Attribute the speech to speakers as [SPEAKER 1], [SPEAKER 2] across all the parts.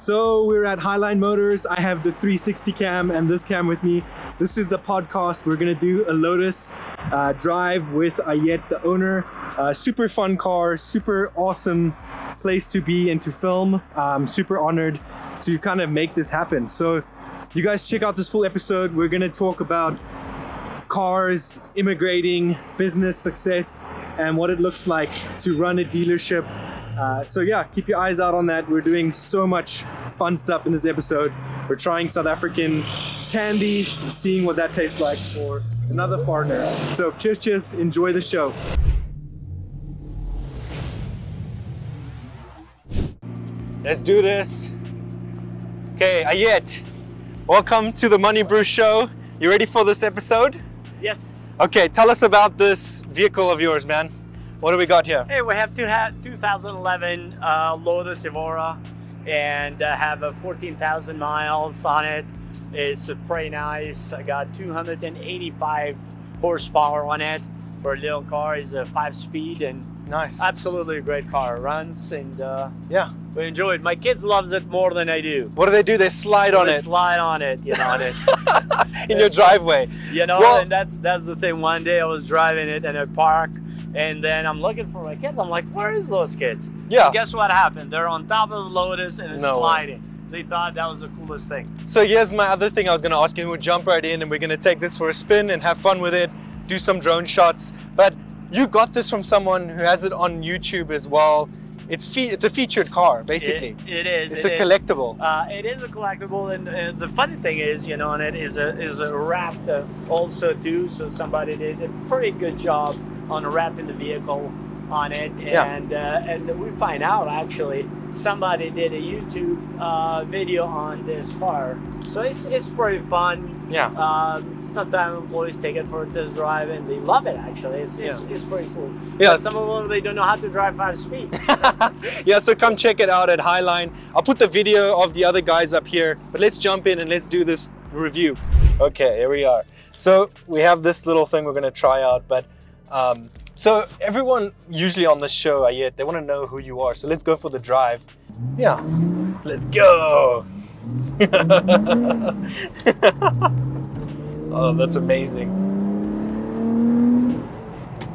[SPEAKER 1] So we're at Highline Motors. I have the 360 cam and this cam with me. This is the podcast. We're gonna do a Lotus uh, drive with Ayet, the owner. Uh, super fun car, super awesome place to be and to film. Um, super honored to kind of make this happen. So you guys check out this full episode. We're gonna talk about cars, immigrating, business success, and what it looks like to run a dealership. Uh, so, yeah, keep your eyes out on that. We're doing so much fun stuff in this episode. We're trying South African candy and seeing what that tastes like for another partner. So, cheers, cheers. Enjoy the show. Let's do this. Okay, Ayet, welcome to the Money Brew Show. You ready for this episode?
[SPEAKER 2] Yes.
[SPEAKER 1] Okay, tell us about this vehicle of yours, man. What do we got here?
[SPEAKER 2] Hey, we have two ha- 2011 uh, Lotus Evora and uh, have a 14,000 miles on it. It's uh, pretty nice. I got 285 horsepower on it for a little car. It's a five speed and
[SPEAKER 1] Nice.
[SPEAKER 2] absolutely a great car. Runs and uh,
[SPEAKER 1] yeah.
[SPEAKER 2] we enjoy it. My kids loves it more than I do.
[SPEAKER 1] What do they do? They slide on
[SPEAKER 2] They
[SPEAKER 1] it
[SPEAKER 2] Slide on it, you know. on it.
[SPEAKER 1] in your
[SPEAKER 2] Yes.
[SPEAKER 1] driveway.
[SPEAKER 2] You know,
[SPEAKER 1] Well-
[SPEAKER 2] and that's that's the thing. One day I was driving it in a park, and then I'm looking for my kids. I'm like, where is those kids?
[SPEAKER 1] Yeah.
[SPEAKER 2] And guess what happened? They're on top of the Lotus and it's
[SPEAKER 1] No way.
[SPEAKER 2] sliding. They thought that was the coolest thing.
[SPEAKER 1] So here's my other thing I was going to ask you. and We'll jump right in and we're going to take this for a spin and have fun with it, do some drone shots. But you got this from someone who has it on YouTube as well. It's fe- it's a featured car basically.
[SPEAKER 2] It- it is.
[SPEAKER 1] it's
[SPEAKER 2] it
[SPEAKER 1] a
[SPEAKER 2] is.
[SPEAKER 1] collectible.
[SPEAKER 2] Uh, it is a collectible, and uh, the funny thing is, you know, and it is a is a wrap uh, also too. So somebody did a pretty good job on wrapping the vehicle on it,
[SPEAKER 1] Yeah.
[SPEAKER 2] and uh, and we find out actually somebody did a YouTube uh, video on this car. So it's it's pretty fun.
[SPEAKER 1] yeah.
[SPEAKER 2] Um, sometimes employees take it for a test drive and they love it actually. It's, it's,
[SPEAKER 1] Yeah.
[SPEAKER 2] it's pretty cool.
[SPEAKER 1] Yeah.
[SPEAKER 2] But some of them, they don't know how to drive five speed.
[SPEAKER 1] yeah, so come check it out at Highline. I'll put the video of the other guys up here, but let's jump in and let's do this review. Okay, here we are. So we have this little thing we're gonna try out, but um, so everyone usually on this show, Ayet, they wanna know who you are. So let's go for the drive. Yeah, let's go. oh, that's amazing.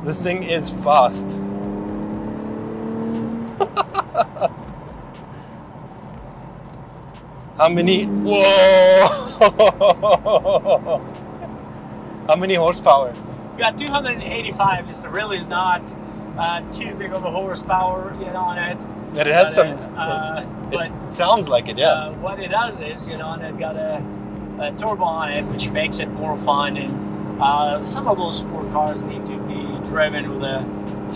[SPEAKER 1] This thing is fast. How many? Whoa! How many horsepower?
[SPEAKER 2] Yeah, 285 is really is not uh, too big of a horsepower, you know, on it.
[SPEAKER 1] That it has
[SPEAKER 2] But,
[SPEAKER 1] some.
[SPEAKER 2] Uh,
[SPEAKER 1] it's,
[SPEAKER 2] but
[SPEAKER 1] it sounds like it, yeah.
[SPEAKER 2] uh, what it does is, you know, and it got a, a turbo on it, which makes it more fun. And uh, some of those sport cars need to be driven with a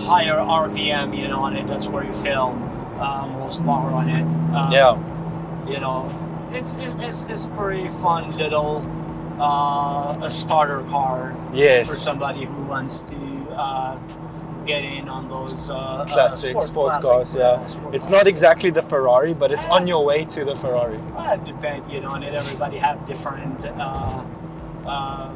[SPEAKER 2] higher RPM, you know, on it. That's where you feel uh, most power on it. Um,
[SPEAKER 1] yeah.
[SPEAKER 2] you know, it's it's, it's pretty fun little uh, a starter car
[SPEAKER 1] Yes.
[SPEAKER 2] for somebody who wants to uh, get in on those uh,
[SPEAKER 1] Classic
[SPEAKER 2] uh,
[SPEAKER 1] sports
[SPEAKER 2] classic,
[SPEAKER 1] cars, yeah.
[SPEAKER 2] uh, sport
[SPEAKER 1] It's
[SPEAKER 2] cars.
[SPEAKER 1] not exactly the Ferrari, but it's
[SPEAKER 2] Yeah.
[SPEAKER 1] on your way to the Ferrari.
[SPEAKER 2] Well, it depends, Uh, you know, and everybody have different uh, um,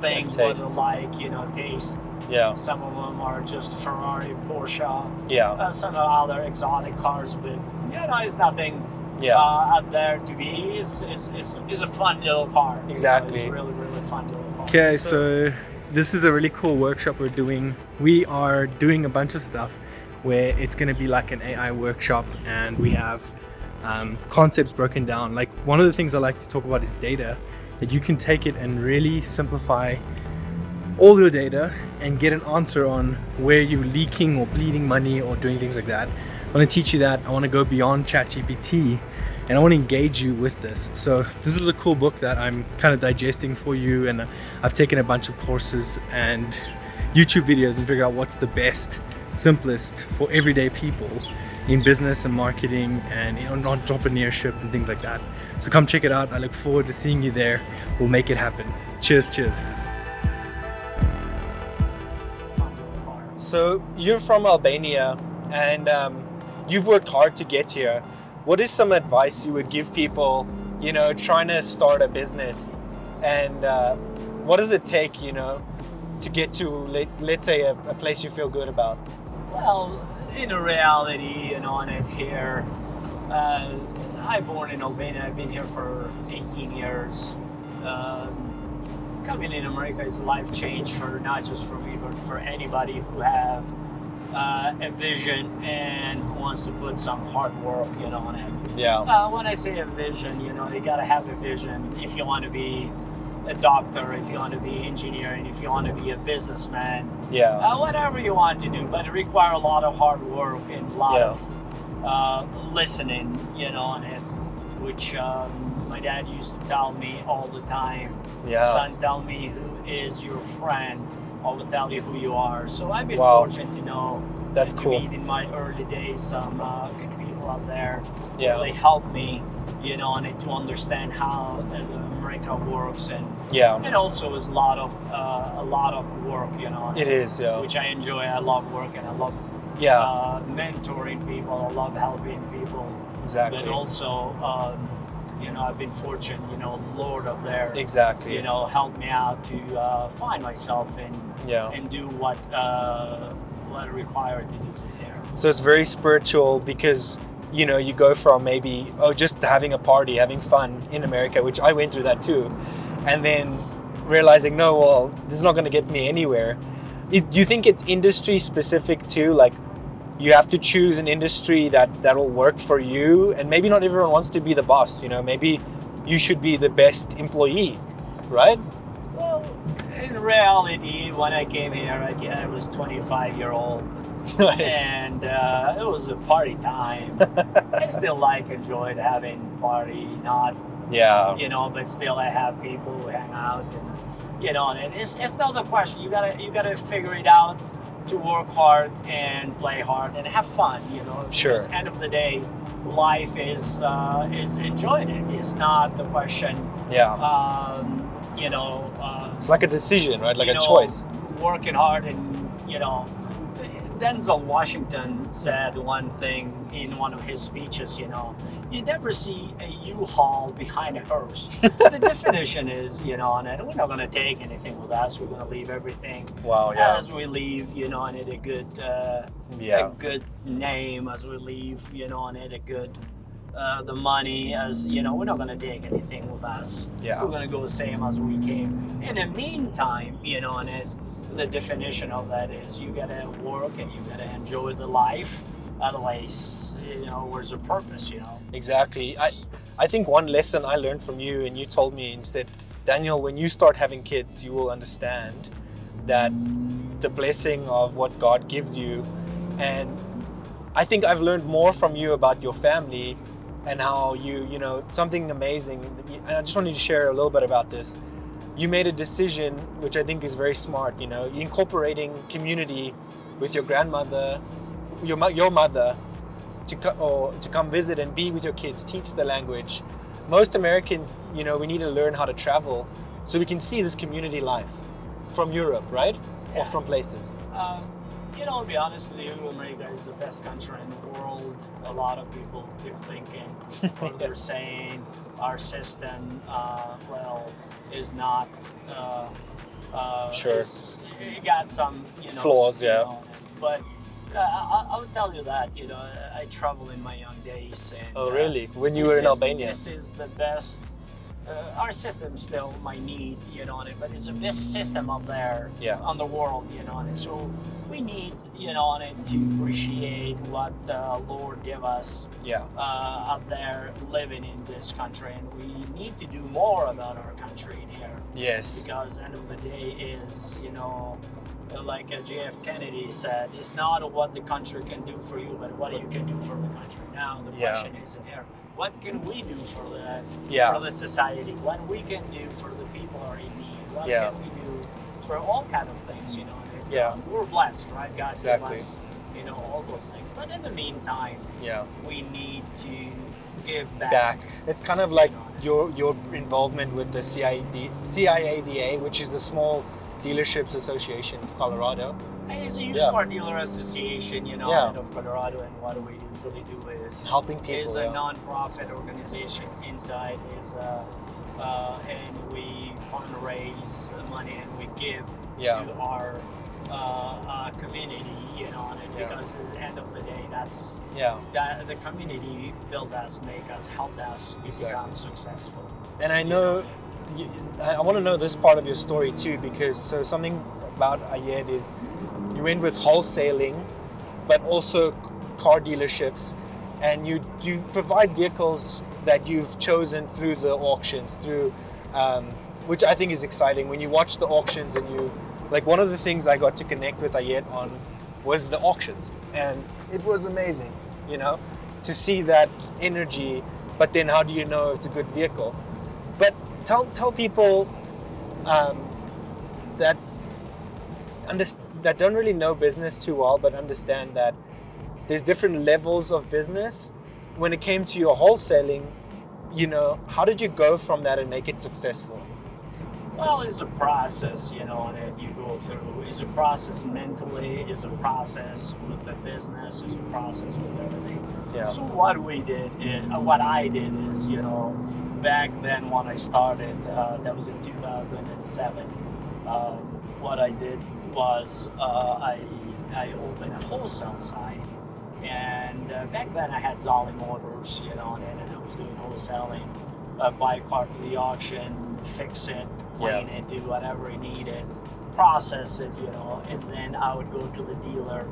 [SPEAKER 2] things what they
[SPEAKER 1] tastes.
[SPEAKER 2] like, you know, taste.
[SPEAKER 1] Yeah,
[SPEAKER 2] Some of them are just Ferrari, Porsche,
[SPEAKER 1] yeah,
[SPEAKER 2] uh, some other exotic cars, but you know, it's nothing
[SPEAKER 1] yeah.
[SPEAKER 2] uh, out there to be is is, is is a fun little car. you know,
[SPEAKER 1] Exactly.
[SPEAKER 2] it's really really fun little car.
[SPEAKER 1] Okay, so, this is a really cool workshop we're doing. We are doing a bunch of stuff where it's going to be like an AI workshop, and we have um, concepts broken down. Like one of the things I like to talk about is data, that you can take it and really simplify all your data and get an answer on where you're leaking or bleeding money or doing things like that. I want to teach you that. I want to go beyond ChatGPT and I want to engage you with this. So, this is a cool book that I'm kind of digesting for you. And I've taken a bunch of courses and YouTube videos and figure out what's the best, simplest for everyday people in business and marketing and in entrepreneurship and things like that. So, come check it out. I look forward to seeing you there. We'll make it happen. Cheers, cheers.
[SPEAKER 2] Fun little car.
[SPEAKER 3] So you're from Albania, and um, you've worked hard to get here. What is some advice you would give people, you know, trying to start a business, and uh, what does it take, you know, to get to let, let's say a, a place you feel good about?
[SPEAKER 2] Well, in reality, you know, on it here, uh, I'm born in Albania. I've been here for 18 years. Um, coming in America is a life change for not just for me, but for anybody who have uh, a vision and who wants to put some hard work in on it.
[SPEAKER 1] Yeah.
[SPEAKER 2] Uh, when I say a vision, you know, you gotta have a vision if you want to be a doctor, if you want to be engineering, if you want to be a businessman,
[SPEAKER 1] Yeah.
[SPEAKER 2] uh, whatever you want to do, but it require a lot of hard work and a lot
[SPEAKER 1] Yeah.
[SPEAKER 2] of uh, listening, you know, on it, which um, my dad used to tell me all the time.
[SPEAKER 1] Yeah.
[SPEAKER 2] Son, tell me who is your friend. I will tell you who you are. So I've been
[SPEAKER 1] Wow.
[SPEAKER 2] fortunate to know
[SPEAKER 1] That's
[SPEAKER 2] and to
[SPEAKER 1] cool.
[SPEAKER 2] meet in my early days some uh, good people out there.
[SPEAKER 1] Yeah.
[SPEAKER 2] They helped me, you know, and to understand how uh, America works and
[SPEAKER 1] Yeah.
[SPEAKER 2] and also is a lot of uh, a lot of work, you know.
[SPEAKER 1] It is. Yeah.
[SPEAKER 2] Which I enjoy. I love work and I love
[SPEAKER 1] Yeah.
[SPEAKER 2] uh, mentoring people. I love helping people.
[SPEAKER 1] Exactly.
[SPEAKER 2] But also, um, you know, I've been fortunate. You know, Lord up there,
[SPEAKER 1] Exactly.
[SPEAKER 2] you know, helped me out to uh, find myself and
[SPEAKER 1] Yeah.
[SPEAKER 2] and do what uh, what I required to do there.
[SPEAKER 1] So it's very spiritual because you know you go from maybe oh just having a party, having fun in America, which I went through that too, and then realizing no, well this is not going to get me anywhere. Is, do you think it's industry specific too? Like you have to choose an industry that that'll work for you, and maybe not everyone wants to be the boss. You know, maybe you should be the best employee, right?
[SPEAKER 2] Well, in reality, when I came here, I, I was 25 year old.
[SPEAKER 1] nice.
[SPEAKER 2] and uh, it was a party time. I still like enjoyed having party, not
[SPEAKER 1] Yeah.
[SPEAKER 2] you know, but still I have people who hang out, and you know, and it's it's not the question. You gotta you gotta figure it out to work hard and play hard and have fun. You know,
[SPEAKER 1] Sure.
[SPEAKER 2] Because end of the day, life is uh, is enjoying it. It's not the question.
[SPEAKER 1] Yeah.
[SPEAKER 2] Um, you know. Uh,
[SPEAKER 1] It's like a decision, right? Like
[SPEAKER 2] you
[SPEAKER 1] a
[SPEAKER 2] know,
[SPEAKER 1] choice.
[SPEAKER 2] Working hard, and you know, Denzel Washington said one thing in one of his speeches. You know, you never see a U-Haul behind a hearse. the definition is, you know, and that we're not going to take anything with us. We're going to leave everything
[SPEAKER 1] Wow. Yeah.
[SPEAKER 2] as we leave. You know, and it a good. Uh, a
[SPEAKER 1] Yeah.
[SPEAKER 2] good name as we leave, you know, and it a good uh, the money as you know, we're not gonna take anything with us.
[SPEAKER 1] Yeah.
[SPEAKER 2] We're gonna go same as we came. In the meantime, you know, and it the definition of that is you gotta work and you gotta enjoy the life. Otherwise, you know, where's the purpose, you know?
[SPEAKER 1] Exactly. I, I think one lesson I learned from you, and you told me and said, Daniel, when you start having kids, you will understand that the blessing of what God gives you. And I think I've learned more from you about your family and how you, you know, something amazing. And I just wanted to share a little bit about this. You made a decision, which I think is very smart, you know, incorporating community with your grandmother, your, mo- your mother, to co- or to come visit and be with your kids, teach the language. Most Americans, you know, we need to learn how to travel so we can see this community life from Europe, right? Or from places.
[SPEAKER 2] Um, you know, to be honest with you, America is the best country in the world. A lot of people keep thinking what they're saying. Our system, uh, well, is not. Uh, uh,
[SPEAKER 1] Sure.
[SPEAKER 2] is- It got some you know,
[SPEAKER 1] Flaws,
[SPEAKER 2] you
[SPEAKER 1] yeah.
[SPEAKER 2] know, but uh, I, I- I would tell you that you know I traveled in my young days. And,
[SPEAKER 1] Oh,
[SPEAKER 2] uh,
[SPEAKER 1] really? When you
[SPEAKER 2] this
[SPEAKER 1] were in
[SPEAKER 2] is-
[SPEAKER 1] Albania?
[SPEAKER 2] This is the best. Uh, our system still might need, you know, on it, but it's the best system up there
[SPEAKER 1] Yeah.
[SPEAKER 2] on the world, you know, on it. So we need, you know, on it to appreciate what the Lord give us
[SPEAKER 1] Yeah.
[SPEAKER 2] uh, up there living in this country, and we need to do more about our country in here
[SPEAKER 1] Yes.
[SPEAKER 2] because end of the day is you know like uh, JF Kennedy said, it's not what the country can do for you, but what you can do for the country. Now the
[SPEAKER 1] Yeah.
[SPEAKER 2] question is in here: what can we do for the
[SPEAKER 1] Yeah.
[SPEAKER 2] for the society? What we can do for the people who are in need? What
[SPEAKER 1] Yeah.
[SPEAKER 2] can we do for all kind of things? You know, and,
[SPEAKER 1] Yeah.
[SPEAKER 2] uh, we're blessed, right? God
[SPEAKER 1] Exactly.
[SPEAKER 2] gave us, you know, all those things. But in the meantime,
[SPEAKER 1] Yeah.
[SPEAKER 2] we need to give
[SPEAKER 1] Back. It's kind of like your your involvement with the CID, CIADA, which is the Small Dealerships Association of Colorado.
[SPEAKER 2] It's a used
[SPEAKER 1] Yeah.
[SPEAKER 2] car dealer association, you know,
[SPEAKER 1] Yeah.
[SPEAKER 2] out of Colorado, and what we usually do is
[SPEAKER 1] Helping people,
[SPEAKER 2] is a
[SPEAKER 1] yeah.
[SPEAKER 2] non-profit organization inside is, uh, uh, and we fundraise the money and we give
[SPEAKER 1] Yeah.
[SPEAKER 2] to our uh, uh, community you know, on it
[SPEAKER 1] Yeah.
[SPEAKER 2] because at the end of the day, that's
[SPEAKER 1] Yeah.
[SPEAKER 2] that the community built us, make us, helped us to
[SPEAKER 1] Exactly.
[SPEAKER 2] become successful.
[SPEAKER 1] And I know, you, I want to know this part of your story too, because so something about Ayed is you went with wholesaling, but also car dealerships, and you you provide vehicles that you've chosen through the auctions, through um, which I think is exciting. When you watch the auctions and you, like one of the things I got to connect with Ayed on was the auctions, and it was amazing, you know, to see that energy. But then, how do you know it's a good vehicle? But tell tell people um, that underst- that don't really know business too well, but understand that there's different levels of business. When it came to your wholesaling, you know, how did you go from that and make it successful?
[SPEAKER 2] Well, it's a process, you know, that you go through. It's a process mentally, it's a process with the business, it's a process with everything.
[SPEAKER 1] Yeah.
[SPEAKER 2] So what we did, is, uh, what I did is, you know, back then when I started, uh, that was in 2007. Uh, what I did was uh, I I opened a wholesale site, and uh, back then I had Zolly Motors, you know, and, and I was doing wholesaling, uh, buy a car from the auction, fix it, plane it, do whatever I needed, process it, you know, and then I would go to the dealer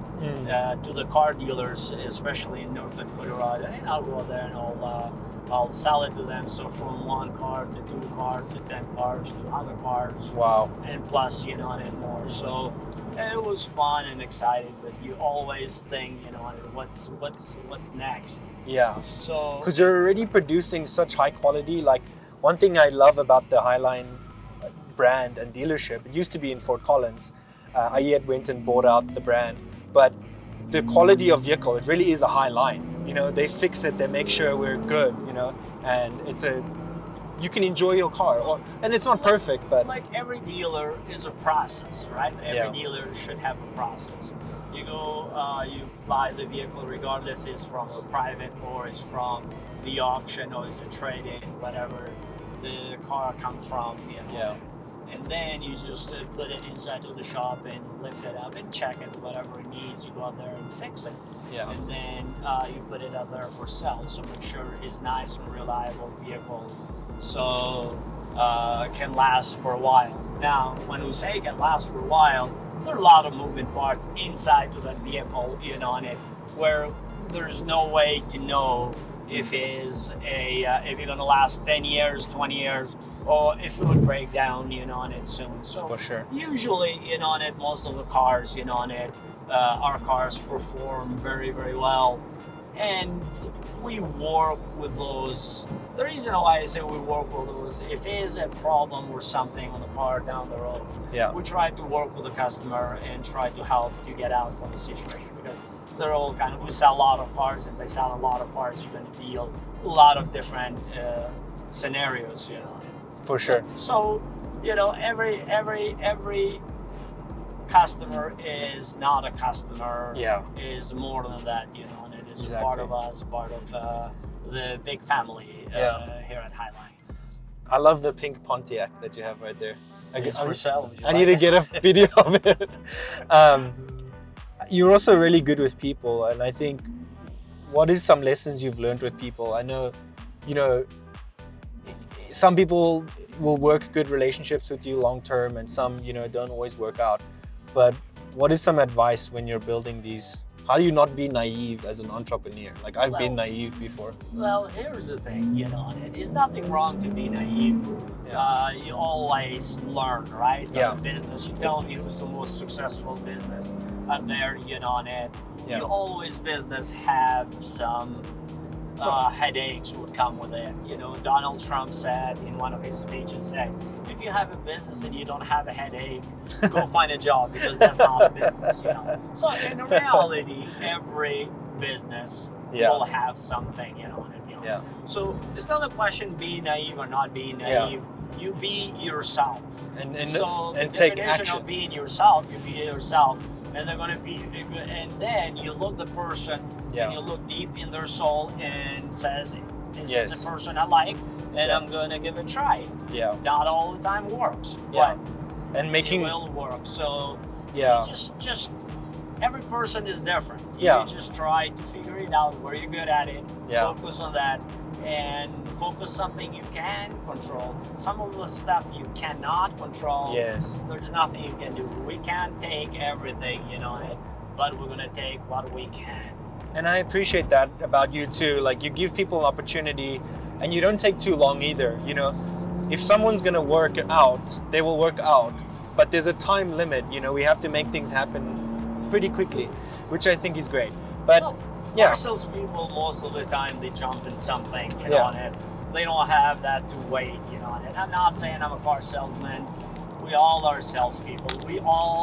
[SPEAKER 2] uh, to the car dealers, especially in North Dakota, and I'll go there and I'll, uh, I'll sell it to them. So from one car to two cars to ten cars to other cars,
[SPEAKER 1] Wow.
[SPEAKER 2] and plus, you know, and more. So it was fun and exciting, but you always think, you know, and what's what's what's next.
[SPEAKER 1] Yeah.
[SPEAKER 2] So
[SPEAKER 1] Because you're already producing such high quality. Like one thing I love about the Highline uh, brand and dealership, it used to be in Fort Collins. Uh, I yet went and bought out the brand, but the quality of vehicle, it really is a high line. You know, they fix it, they make sure we're good. You know, and it's a you can enjoy your car, or, and it's not perfect, but
[SPEAKER 2] like every dealer is a process, right? Every
[SPEAKER 1] Yeah.
[SPEAKER 2] dealer should have a process. You go, uh, you buy the vehicle, regardless it's from a private or it's from the auction or it's a trade-in, whatever the car comes from, you know.
[SPEAKER 1] Yeah.
[SPEAKER 2] And then you just uh, put it inside to the shop and lift it up and check it, whatever it needs. You go out there and fix it.
[SPEAKER 1] Yeah.
[SPEAKER 2] And then uh, you put it out there for sale, so make sure it's nice and reliable vehicle, so uh, can last for a while. Now, when we say can last for a while, there are a lot of moving parts inside to that vehicle, you know, on it, where there's no way to know if it is a uh, if it's gonna last 10 years, 20 years, or if it would break down, you know, on it soon. So
[SPEAKER 1] for sure.
[SPEAKER 2] usually in on it most of the cars in on it uh, our cars perform very very well and we work with those the reason why i say we work with those if there's a problem or something on the car down the road
[SPEAKER 1] Yeah.
[SPEAKER 2] we try to work with the customer and try to help to get out from the situation because they're all kind of we sell a lot of parts and they sell a lot of parts you're going to deal a lot of different uh, scenarios you know
[SPEAKER 1] For sure.
[SPEAKER 2] so, you know, every every every customer is not a customer.
[SPEAKER 1] Yeah.
[SPEAKER 2] Is more than that, you know, and it is
[SPEAKER 1] Exactly.
[SPEAKER 2] part of us, part of uh, the big family uh,
[SPEAKER 1] Yeah.
[SPEAKER 2] here at Highline.
[SPEAKER 1] I love the pink Pontiac that you have right there. I
[SPEAKER 2] It's
[SPEAKER 1] guess-
[SPEAKER 2] for sale. would you
[SPEAKER 1] I need to
[SPEAKER 2] like
[SPEAKER 1] get
[SPEAKER 2] it?
[SPEAKER 1] a video of it. Um, you're also really good with people, and I think what is some lessons you've learned with people? I know, you know, some people will work good relationships with you long term, and some, you know, don't always work out. But what is some advice when you're building these? How do you not be naive as an entrepreneur? Like I've been
[SPEAKER 2] Well-
[SPEAKER 1] naive before.
[SPEAKER 2] Well, here's the thing, you know, and there's nothing wrong to be naive. Uh, you always learn, right? That's
[SPEAKER 1] Yeah.
[SPEAKER 2] a business. You tell me it was the most successful business out there, you know, and it.
[SPEAKER 1] Yeah.
[SPEAKER 2] You always business have some uh, headaches would come with it. You know, Donald Trump said in one of his speeches, hey, if you have a business and you don't have a headache, go find a job because that's not a business, you know. So in reality, every business
[SPEAKER 1] Yeah.
[SPEAKER 2] will have something, you know, to be honest. So it's not a question being naive or not being
[SPEAKER 1] Yeah.
[SPEAKER 2] naive. You be yourself.
[SPEAKER 1] And and,
[SPEAKER 2] so
[SPEAKER 1] and
[SPEAKER 2] the
[SPEAKER 1] take
[SPEAKER 2] definition
[SPEAKER 1] action.
[SPEAKER 2] of being yourself, you be yourself, and they're gonna be and then you look the person
[SPEAKER 1] Yeah.
[SPEAKER 2] and you look deep in their soul and says this
[SPEAKER 1] Yes.
[SPEAKER 2] is the person I like and
[SPEAKER 1] Yeah.
[SPEAKER 2] I'm gonna give it a try.
[SPEAKER 1] yeah.
[SPEAKER 2] Not all the time works,
[SPEAKER 1] Yeah.
[SPEAKER 2] but
[SPEAKER 1] And making
[SPEAKER 2] it will work. So
[SPEAKER 1] Yeah.
[SPEAKER 2] You just just every person is different.
[SPEAKER 1] Yeah.
[SPEAKER 2] You just try to figure it out where you're good at it.
[SPEAKER 1] Yeah.
[SPEAKER 2] Focus on that and focus something you can control. Some of the stuff you cannot control.
[SPEAKER 1] Yes.
[SPEAKER 2] There's nothing you can do. We can't take everything, you know, but we're gonna take what we can.
[SPEAKER 1] And I appreciate that about you too. Like you give people an opportunity and you don't take too long either, you know. If someone's going to work out, they will work out, but there's a time limit, you know. We have to make things happen pretty quickly, which I think is great. But
[SPEAKER 2] Well,
[SPEAKER 1] yeah.
[SPEAKER 2] our salespeople most of the time they jump in something, you know,
[SPEAKER 1] Yeah.
[SPEAKER 2] and they don't have that to wait, you know. And I'm not saying I'm a car salesman. We all are salespeople. We all,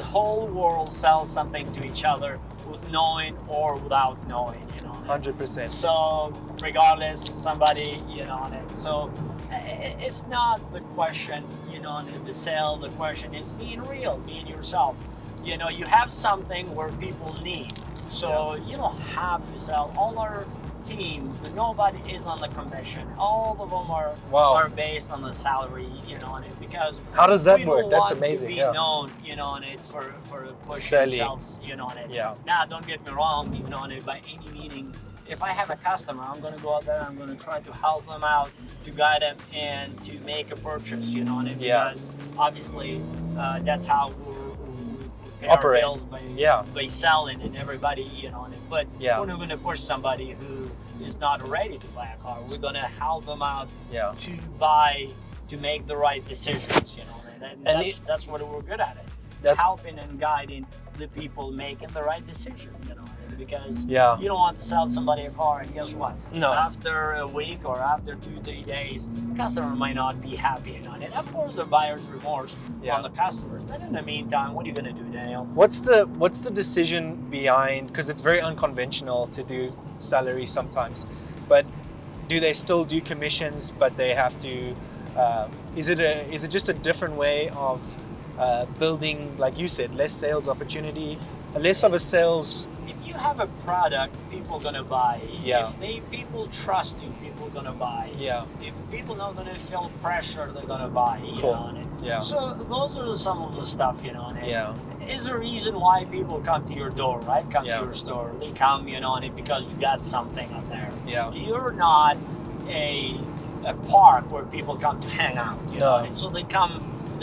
[SPEAKER 2] the whole world sells something to each other with knowing or without knowing, you know.
[SPEAKER 1] 100%.
[SPEAKER 2] So regardless, somebody you know on it. So i- i- it's not the question you know on the sale. The question is being real, being yourself. You know, you have something where people need. So you don't have to sell. All our team, nobody is on the commission. All of them are
[SPEAKER 1] Wow.
[SPEAKER 2] are based on the salary. You know on it because
[SPEAKER 1] How does that
[SPEAKER 2] we
[SPEAKER 1] work?
[SPEAKER 2] don't
[SPEAKER 1] That's
[SPEAKER 2] want
[SPEAKER 1] amazing,
[SPEAKER 2] To be
[SPEAKER 1] yeah.
[SPEAKER 2] known, you know, on it for for pushing
[SPEAKER 1] Selling.
[SPEAKER 2] sales, you know, on it.
[SPEAKER 1] Yeah.
[SPEAKER 2] Now, don't get me wrong, you know, on it by any meeting. If I have a customer, I'm gonna go out there. I'm gonna try to help them out, to guide them, and to make a purchase, you know, on it.
[SPEAKER 1] Yeah.
[SPEAKER 2] Because obviously, uh, that's how we're, we pay
[SPEAKER 1] Operate.
[SPEAKER 2] our bills by
[SPEAKER 1] Yeah.
[SPEAKER 2] by selling, and everybody, you know, on it. But
[SPEAKER 1] Yeah.
[SPEAKER 2] we're not gonna push somebody who is not ready to buy a car. We're gonna help them out
[SPEAKER 1] Yeah.
[SPEAKER 2] to buy to make the right decisions you know and, and that's,
[SPEAKER 1] it-
[SPEAKER 2] that's what we're good at it
[SPEAKER 1] That's-
[SPEAKER 2] helping and guiding the people making the right decision you know and because
[SPEAKER 1] Yeah.
[SPEAKER 2] you don't want to sell somebody a car and guess what
[SPEAKER 1] No.
[SPEAKER 2] after a week or after two three days customer might not be happy on it of course the buyer's remorse
[SPEAKER 1] Yeah.
[SPEAKER 2] on the customers but in the meantime what are you going to do daniel
[SPEAKER 1] What's the what's the decision behind? Because it's very unconventional to do salary sometimes, but do they still do commissions? But they have to. Uh, is it a is it just a different way of uh, building, like you said, less sales opportunity, less of a sales?
[SPEAKER 2] if you have a product people gonna buy
[SPEAKER 1] Yeah.
[SPEAKER 2] if they people trust you people gonna buy
[SPEAKER 1] Yeah,
[SPEAKER 2] if people not gonna feel pressure, they're gonna buy. You
[SPEAKER 1] Cool.
[SPEAKER 2] know, on it.
[SPEAKER 1] yeah,
[SPEAKER 2] So those are some of the stuff, you know. On it.
[SPEAKER 1] yeah,
[SPEAKER 2] Is a reason why people come to your door, right? Come
[SPEAKER 1] Yeah.
[SPEAKER 2] to your store. They come, you know, on it because you got something on there.
[SPEAKER 1] yeah,
[SPEAKER 2] You're not a, a park where people come to hang out. You
[SPEAKER 1] No.
[SPEAKER 2] know, and so they come.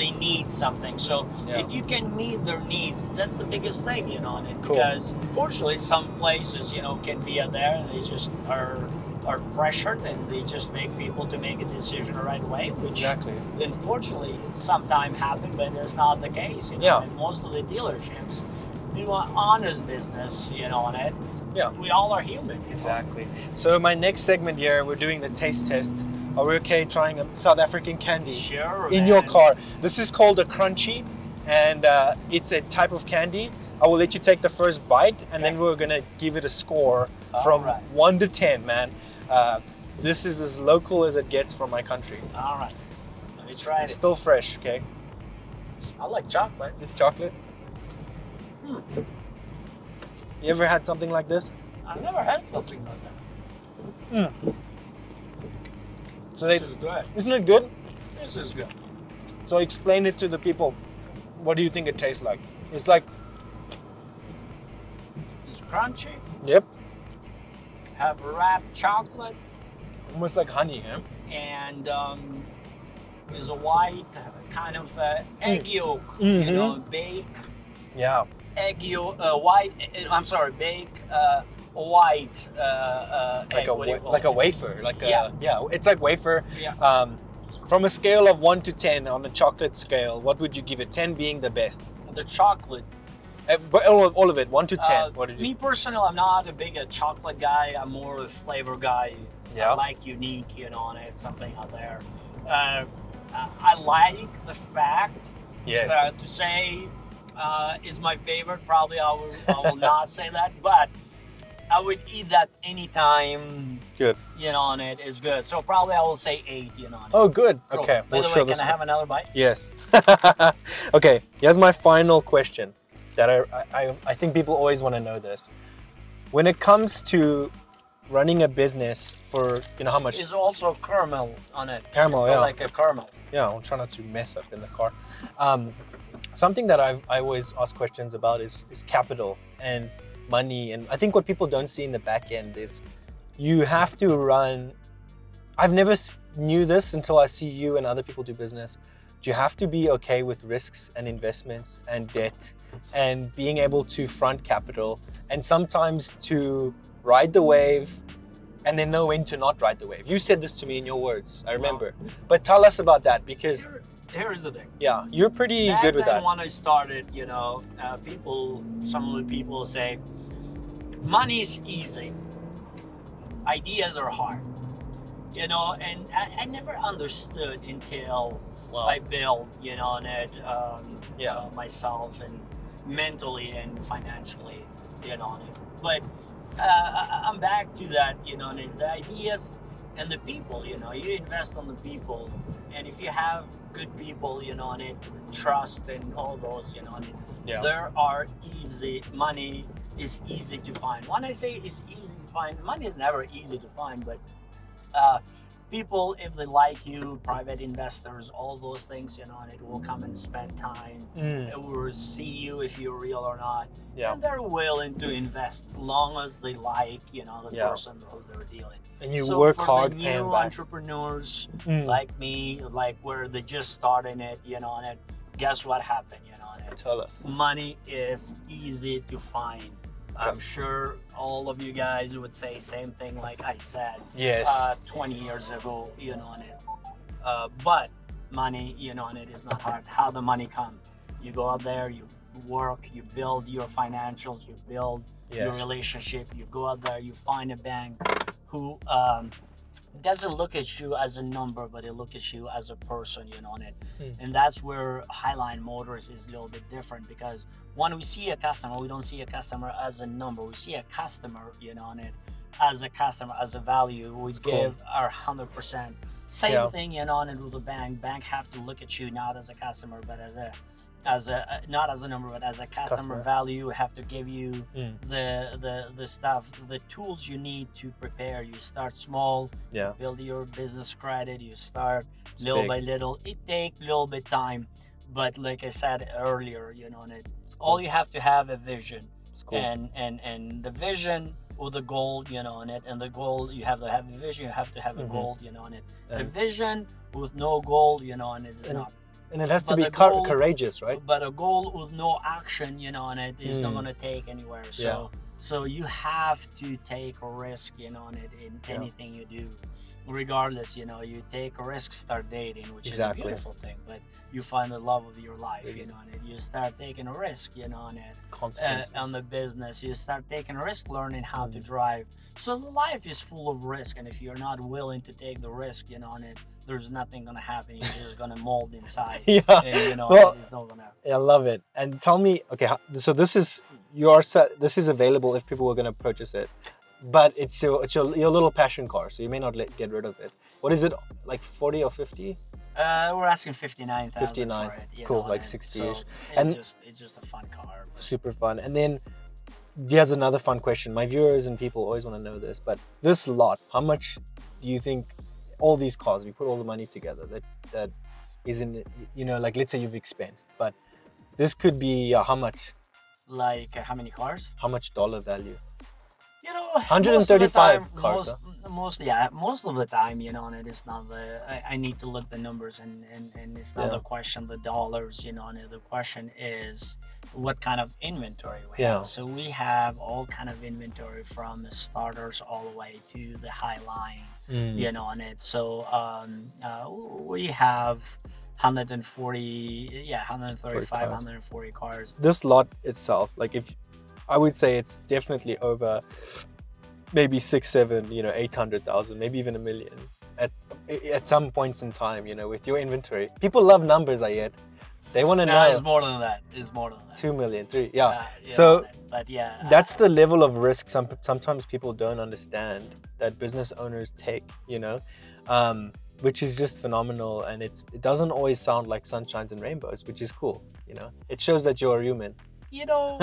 [SPEAKER 2] They need something. So
[SPEAKER 1] Yeah.
[SPEAKER 2] if you can meet their needs, that's the biggest thing, you know. on it
[SPEAKER 1] Cool.
[SPEAKER 2] Because fortunately, some places, you know, can be out there and they just are are pressured and they just make people to make a decision right away, which
[SPEAKER 1] exactly.
[SPEAKER 2] unfortunately sometimes happen, but it's not the case. You know?
[SPEAKER 1] Yeah.
[SPEAKER 2] And most of the dealerships do an honest business, you know, on it.
[SPEAKER 1] Yeah.
[SPEAKER 2] We all are human. you know.
[SPEAKER 1] Exactly. So my next segment here, we're doing the taste test. Are we okay trying a South African candy?
[SPEAKER 2] Sure.
[SPEAKER 1] in
[SPEAKER 2] man.
[SPEAKER 1] your car. This is called a crunchy, and uh, it's a type of candy. I will let you take the first bite, and then
[SPEAKER 2] Okay.
[SPEAKER 1] we're gonna give it a score
[SPEAKER 2] All
[SPEAKER 1] from
[SPEAKER 2] right.
[SPEAKER 1] one to ten, man. Uh, this is as local as it gets from my country.
[SPEAKER 2] All right. Let me try
[SPEAKER 1] It's
[SPEAKER 2] it.
[SPEAKER 1] still fresh, okay?
[SPEAKER 2] I like chocolate.
[SPEAKER 1] It's chocolate.
[SPEAKER 2] Hmm.
[SPEAKER 1] You ever had something like this?
[SPEAKER 2] I've never had something like that.
[SPEAKER 1] Mm. So they,
[SPEAKER 2] This is good.
[SPEAKER 1] isn't it good?
[SPEAKER 2] This is good.
[SPEAKER 1] So explain it to the people. What do you think it tastes like? It's like,
[SPEAKER 2] It's crunchy.
[SPEAKER 1] yep,
[SPEAKER 2] Have wrapped chocolate
[SPEAKER 1] almost like honey, yeah?
[SPEAKER 2] and um, is a white kind of uh,
[SPEAKER 1] Mm.
[SPEAKER 2] egg yolk,
[SPEAKER 1] Mhm.
[SPEAKER 2] you know, bake
[SPEAKER 1] Yeah.
[SPEAKER 2] egg yolk, uh, white. uh, I'm sorry, bake uh, white uh, uh,
[SPEAKER 1] like
[SPEAKER 2] egg.
[SPEAKER 1] a
[SPEAKER 2] what do you
[SPEAKER 1] wa-
[SPEAKER 2] call
[SPEAKER 1] like
[SPEAKER 2] it?
[SPEAKER 1] a wafer, like a yeah.
[SPEAKER 2] Yeah.
[SPEAKER 1] It's like wafer.
[SPEAKER 2] Yeah.
[SPEAKER 1] Um, from a scale of one to ten on a chocolate scale, what would you give it? Ten being the best.
[SPEAKER 2] The chocolate.
[SPEAKER 1] Uh, but all, of- all of it, one to ten.
[SPEAKER 2] Uh,
[SPEAKER 1] what did
[SPEAKER 2] me
[SPEAKER 1] you?
[SPEAKER 2] personally, I'm not a big a chocolate guy. I'm more of a flavor guy.
[SPEAKER 1] Yeah.
[SPEAKER 2] I like unique, you know, on it something out there. Uh, I I like the fact
[SPEAKER 1] Yes.
[SPEAKER 2] uh, to say uh, is my favorite. Probably I will, I will not say that, but I would eat that anytime.
[SPEAKER 1] Good.
[SPEAKER 2] You know, on it is good. So probably I will say eight. You know. On it.
[SPEAKER 1] oh, good. Okay,
[SPEAKER 2] By the way, can I have another bite?
[SPEAKER 1] Yes. okay. Here's my final question that I, I, I think people always want to know this. When it comes to running a business for you know how much
[SPEAKER 2] It's also caramel on it.
[SPEAKER 1] Caramel,
[SPEAKER 2] I
[SPEAKER 1] yeah.
[SPEAKER 2] like a caramel.
[SPEAKER 1] yeah, I'll try not to mess up in the car. Um, Something that I've, I always ask questions about is, is capital and money. And I think what people don't see in the back end is you have to run. I've never s- knew this until I see you and other people do business. You have to be okay with risks and investments and debt and being able to front capital and sometimes to ride the wave and then know when to not ride the wave. You said this to me in your words, I remember. But tell us about that because,
[SPEAKER 2] Here, here's the thing.
[SPEAKER 1] yeah, you're pretty
[SPEAKER 2] Back
[SPEAKER 1] good with
[SPEAKER 2] then
[SPEAKER 1] that.
[SPEAKER 2] When I started, you know, uh, people, some of the people say, money is easy, ideas are hard. You know, and I, I never understood until
[SPEAKER 1] Wow.
[SPEAKER 2] I built, you know, on it um,
[SPEAKER 1] Yeah.
[SPEAKER 2] uh, myself and mentally and financially, you know, on it. But uh, I, I'm back to that, you know, and it- the ideas and the people, you know, you invest on the people, and if you have good people, you know, and it trust and all those, you know, and it,
[SPEAKER 1] Yeah.
[SPEAKER 2] there are easy money is easy to find. When I say it's easy to find, money is never easy to find, but uh, people, if they like you, private investors, all those things, you know, and it will come and spend time.
[SPEAKER 1] Mm,
[SPEAKER 2] It will see you if you're real or not.
[SPEAKER 1] yeah.
[SPEAKER 2] And they're willing to invest long as they like, you know, the
[SPEAKER 1] Yeah.
[SPEAKER 2] person who they're dealing.
[SPEAKER 1] And you
[SPEAKER 2] So
[SPEAKER 1] work
[SPEAKER 2] for
[SPEAKER 1] hard
[SPEAKER 2] the
[SPEAKER 1] and
[SPEAKER 2] new
[SPEAKER 1] back.
[SPEAKER 2] entrepreneurs
[SPEAKER 1] Mm,
[SPEAKER 2] like me, like where they just starting it, you know, and it, guess what happened, you know, and it,
[SPEAKER 1] tell us.
[SPEAKER 2] money is easy to find. I'm sure all of you guys would say same thing like I said
[SPEAKER 1] Yes.
[SPEAKER 2] uh, 20 years ago, you know, on it. Uh, but money, you know, and it is not hard. How the money come? You go out there, you work, you build your financials, you build your
[SPEAKER 1] Yes.
[SPEAKER 2] relationship. You go out there, you find a bank who um, doesn't look at you as a number, but they look at you as a person, you know, on it.
[SPEAKER 1] Hmm.
[SPEAKER 2] And that's where Highline Motors is a little bit different because when we see a customer, we don't see a customer as a number. We see a customer, you know, on it as a customer, as a value. We
[SPEAKER 1] cool.
[SPEAKER 2] give our 100%. Same
[SPEAKER 1] Yeah.
[SPEAKER 2] thing, you know, on it with the bank. Bank have to look at you not as a customer, but as a as a not as a number but as a customer,
[SPEAKER 1] Customer.
[SPEAKER 2] value have to give you
[SPEAKER 1] Mm.
[SPEAKER 2] the the the stuff the tools you need to prepare you start small
[SPEAKER 1] Yeah.
[SPEAKER 2] build your business credit you start little
[SPEAKER 1] big.
[SPEAKER 2] by little it take little bit time but like i said earlier you know and it
[SPEAKER 1] It's cool.
[SPEAKER 2] all you have to have a vision
[SPEAKER 1] It's cool.
[SPEAKER 2] and and and the vision or the goal you know in it and the goal you have to have a vision you have to have a
[SPEAKER 1] Mhm.
[SPEAKER 2] goal you know in it a
[SPEAKER 1] And-
[SPEAKER 2] vision with no goal you know and it is
[SPEAKER 1] And-
[SPEAKER 2] not
[SPEAKER 1] And it has to
[SPEAKER 2] But
[SPEAKER 1] be
[SPEAKER 2] the
[SPEAKER 1] cour-
[SPEAKER 2] goal-
[SPEAKER 1] courageous, right?
[SPEAKER 2] but a goal with no action, you know, and it is not
[SPEAKER 1] Mm.
[SPEAKER 2] going to take anywhere. So, so you have to take a risk, you know, on it in
[SPEAKER 1] Yeah.
[SPEAKER 2] anything you do, regardless. You know, you take a risk, start dating, which
[SPEAKER 1] Exactly.
[SPEAKER 2] is a beautiful thing. But you find the love of your life, you
[SPEAKER 1] Ex-
[SPEAKER 2] know, and it. you start taking a risk, you know, on it uh,
[SPEAKER 1] Consequences.
[SPEAKER 2] on the business. You start taking a risk, learning how to
[SPEAKER 1] Mm.
[SPEAKER 2] drive. So the life is full of risk, and if you're not willing to take the risk, you know, on it, there's nothing going to happen. You're just going to mold inside.
[SPEAKER 1] yeah.
[SPEAKER 2] And, you know,
[SPEAKER 1] Well-
[SPEAKER 2] it is not gonna
[SPEAKER 1] I love it. And tell me, okay, how- so this is you are set, this is available if people are going to purchase it, but it's your it's your, your little passion car, so you may not let, get rid of it. What is it like, forty or fifty?
[SPEAKER 2] Uh, we're asking 59,000
[SPEAKER 1] 59.
[SPEAKER 2] for it. you
[SPEAKER 1] Cool,
[SPEAKER 2] know,
[SPEAKER 1] like
[SPEAKER 2] and
[SPEAKER 1] 60-ish.
[SPEAKER 2] So
[SPEAKER 1] And-
[SPEAKER 2] and just, it's just a fun car. but-
[SPEAKER 1] Super fun. And then here's another fun question. My viewers and people always want to know this, but this lot, how much do you think all these cars, we put all the money together that that is in, you know, like let's say you've expensed, but this could be uh, how much
[SPEAKER 2] Like, uh, how many cars?
[SPEAKER 1] how much dollar value?
[SPEAKER 2] You know, most of the
[SPEAKER 1] 135
[SPEAKER 2] time-
[SPEAKER 1] cars,
[SPEAKER 2] Most, most, yeah, most of the time, you know, and it is not the. I, I need to look the numbers, and and, and it's not
[SPEAKER 1] Yeah.
[SPEAKER 2] the question the dollars, you know, and the question is what kind of inventory we
[SPEAKER 1] Yeah.
[SPEAKER 2] have. So we have all kind of inventory from the starters all the way to the high line.
[SPEAKER 1] Mm.
[SPEAKER 2] you know on it so um uh, we have 140 yeah 135
[SPEAKER 1] cars.
[SPEAKER 2] 140 cars
[SPEAKER 1] this lot itself, like if I would say it's definitely over maybe six, seven, you know, eight hundred thousand, maybe even a million at at some points in time, you know, with your inventory. People love numbers, I yet. They want to
[SPEAKER 2] no it's
[SPEAKER 1] know
[SPEAKER 2] more than that it's more than that
[SPEAKER 1] two million, three, yeah.
[SPEAKER 2] Uh, you
[SPEAKER 1] so
[SPEAKER 2] know, but yeah
[SPEAKER 1] that's
[SPEAKER 2] uh,
[SPEAKER 1] the level of risk some, sometimes people don't understand that business owners take you know um, which is just phenomenal and it's, it doesn't always sound like sunshines and rainbows which is cool you know it shows that you're a human
[SPEAKER 2] you know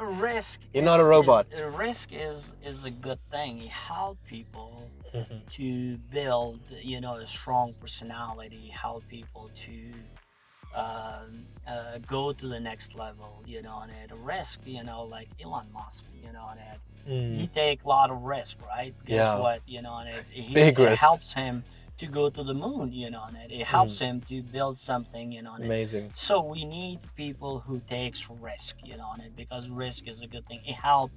[SPEAKER 2] risk
[SPEAKER 1] You're
[SPEAKER 2] is-
[SPEAKER 1] not a robot.
[SPEAKER 2] is, risk is is a good thing you help people Mm-hmm. to build you know a strong personality help people to um, uh, go to the next level, you know, and at risk, you know, like Elon Musk, you know, and it,
[SPEAKER 1] Mm,
[SPEAKER 2] he take a lot of risk, right? Guess
[SPEAKER 1] Yeah.
[SPEAKER 2] what, you know, and it, he,
[SPEAKER 1] Big
[SPEAKER 2] it
[SPEAKER 1] risks.
[SPEAKER 2] helps him to go to the moon, you know, and it, it helps
[SPEAKER 1] Mm.
[SPEAKER 2] him to build something, you know, and it,
[SPEAKER 1] Amazing.
[SPEAKER 2] so we need people who takes risk, you know, on it because risk is a good thing. It helped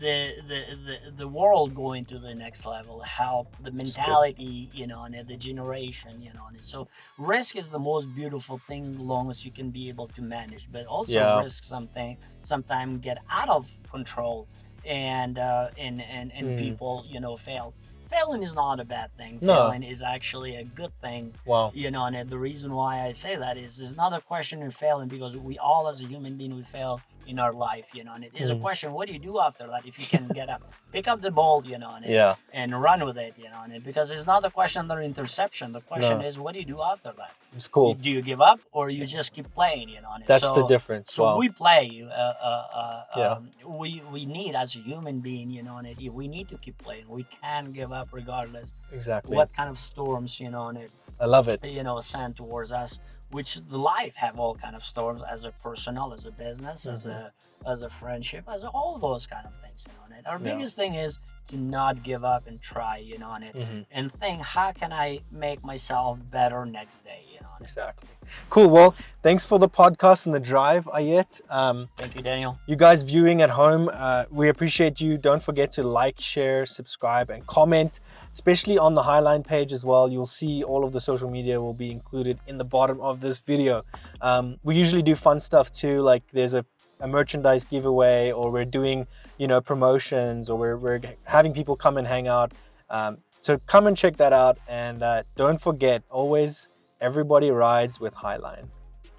[SPEAKER 2] the the, the the world going to the next level. Help the mentality, you know, and the generation, you know, and so risk is the most beautiful thing, long as you can be able to manage. But also
[SPEAKER 1] Yeah.
[SPEAKER 2] risk something sometimes get out of control, and uh, and and and
[SPEAKER 1] Mm.
[SPEAKER 2] people, you know, fail. Failing is not a bad thing.
[SPEAKER 1] No.
[SPEAKER 2] Failing is actually a good thing
[SPEAKER 1] Wow.
[SPEAKER 2] you know, and the reason why I say that is it's not a question of failing because we all, as a human being, we fail in our life, you know, and it is a
[SPEAKER 1] Mm.
[SPEAKER 2] question what do you do after that if you can get up, pick up the ball, you know, and,
[SPEAKER 1] Yeah.
[SPEAKER 2] and run with it, you know, and because it's not a question of interception. The question
[SPEAKER 1] No.
[SPEAKER 2] is what do you do after that?
[SPEAKER 1] It's cool.
[SPEAKER 2] Do you give up or you just keep playing, you know? And
[SPEAKER 1] That's
[SPEAKER 2] so,
[SPEAKER 1] the difference.
[SPEAKER 2] So
[SPEAKER 1] wow.
[SPEAKER 2] we play. Uh, uh, uh,
[SPEAKER 1] Yeah.
[SPEAKER 2] um, we we need as a human being, you know, and it, we need to keep playing. We can't give up regardless
[SPEAKER 1] exactly.
[SPEAKER 2] what kind of storms, you know, and it,
[SPEAKER 1] I love it.
[SPEAKER 2] you know sent towards us which the life have all kind of storms as a personal as a business as a as a friendship as all those kind of things you know and it- our
[SPEAKER 1] Yeah.
[SPEAKER 2] biggest thing is to not give up and try you know on it
[SPEAKER 1] Mhm.
[SPEAKER 2] and think how can i make myself better next day you know on it.
[SPEAKER 1] Exactly. Cool. Well, thanks for the podcast and the drive, Ayet. Um,
[SPEAKER 2] thank you daniel
[SPEAKER 1] you guys viewing at home, uh, we appreciate you. Don't forget to like, share, subscribe, and comment, especially on the Highline page as well. You'll see all of the social media will be included in the bottom of this video. Um, we usually do fun stuff too, like there's a, a merchandise giveaway, or we're doing you know promotions, or we're, we're having people come and hang out. Um, so come and check that out, and uh, don't forget always everybody rides with Highline.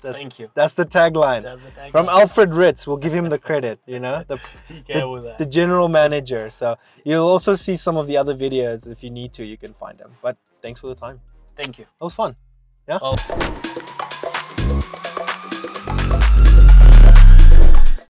[SPEAKER 1] That's,
[SPEAKER 2] Thank you.
[SPEAKER 1] That's the tagline
[SPEAKER 2] That's the tag.
[SPEAKER 1] from Alfred Ritz. We'll give him the credit, you know, the,
[SPEAKER 2] Yeah, with that.
[SPEAKER 1] the general manager. So you'll also see some of the other videos if you need to, you can find them. But thanks for the time.
[SPEAKER 2] thank you
[SPEAKER 1] That was fun.
[SPEAKER 2] oh.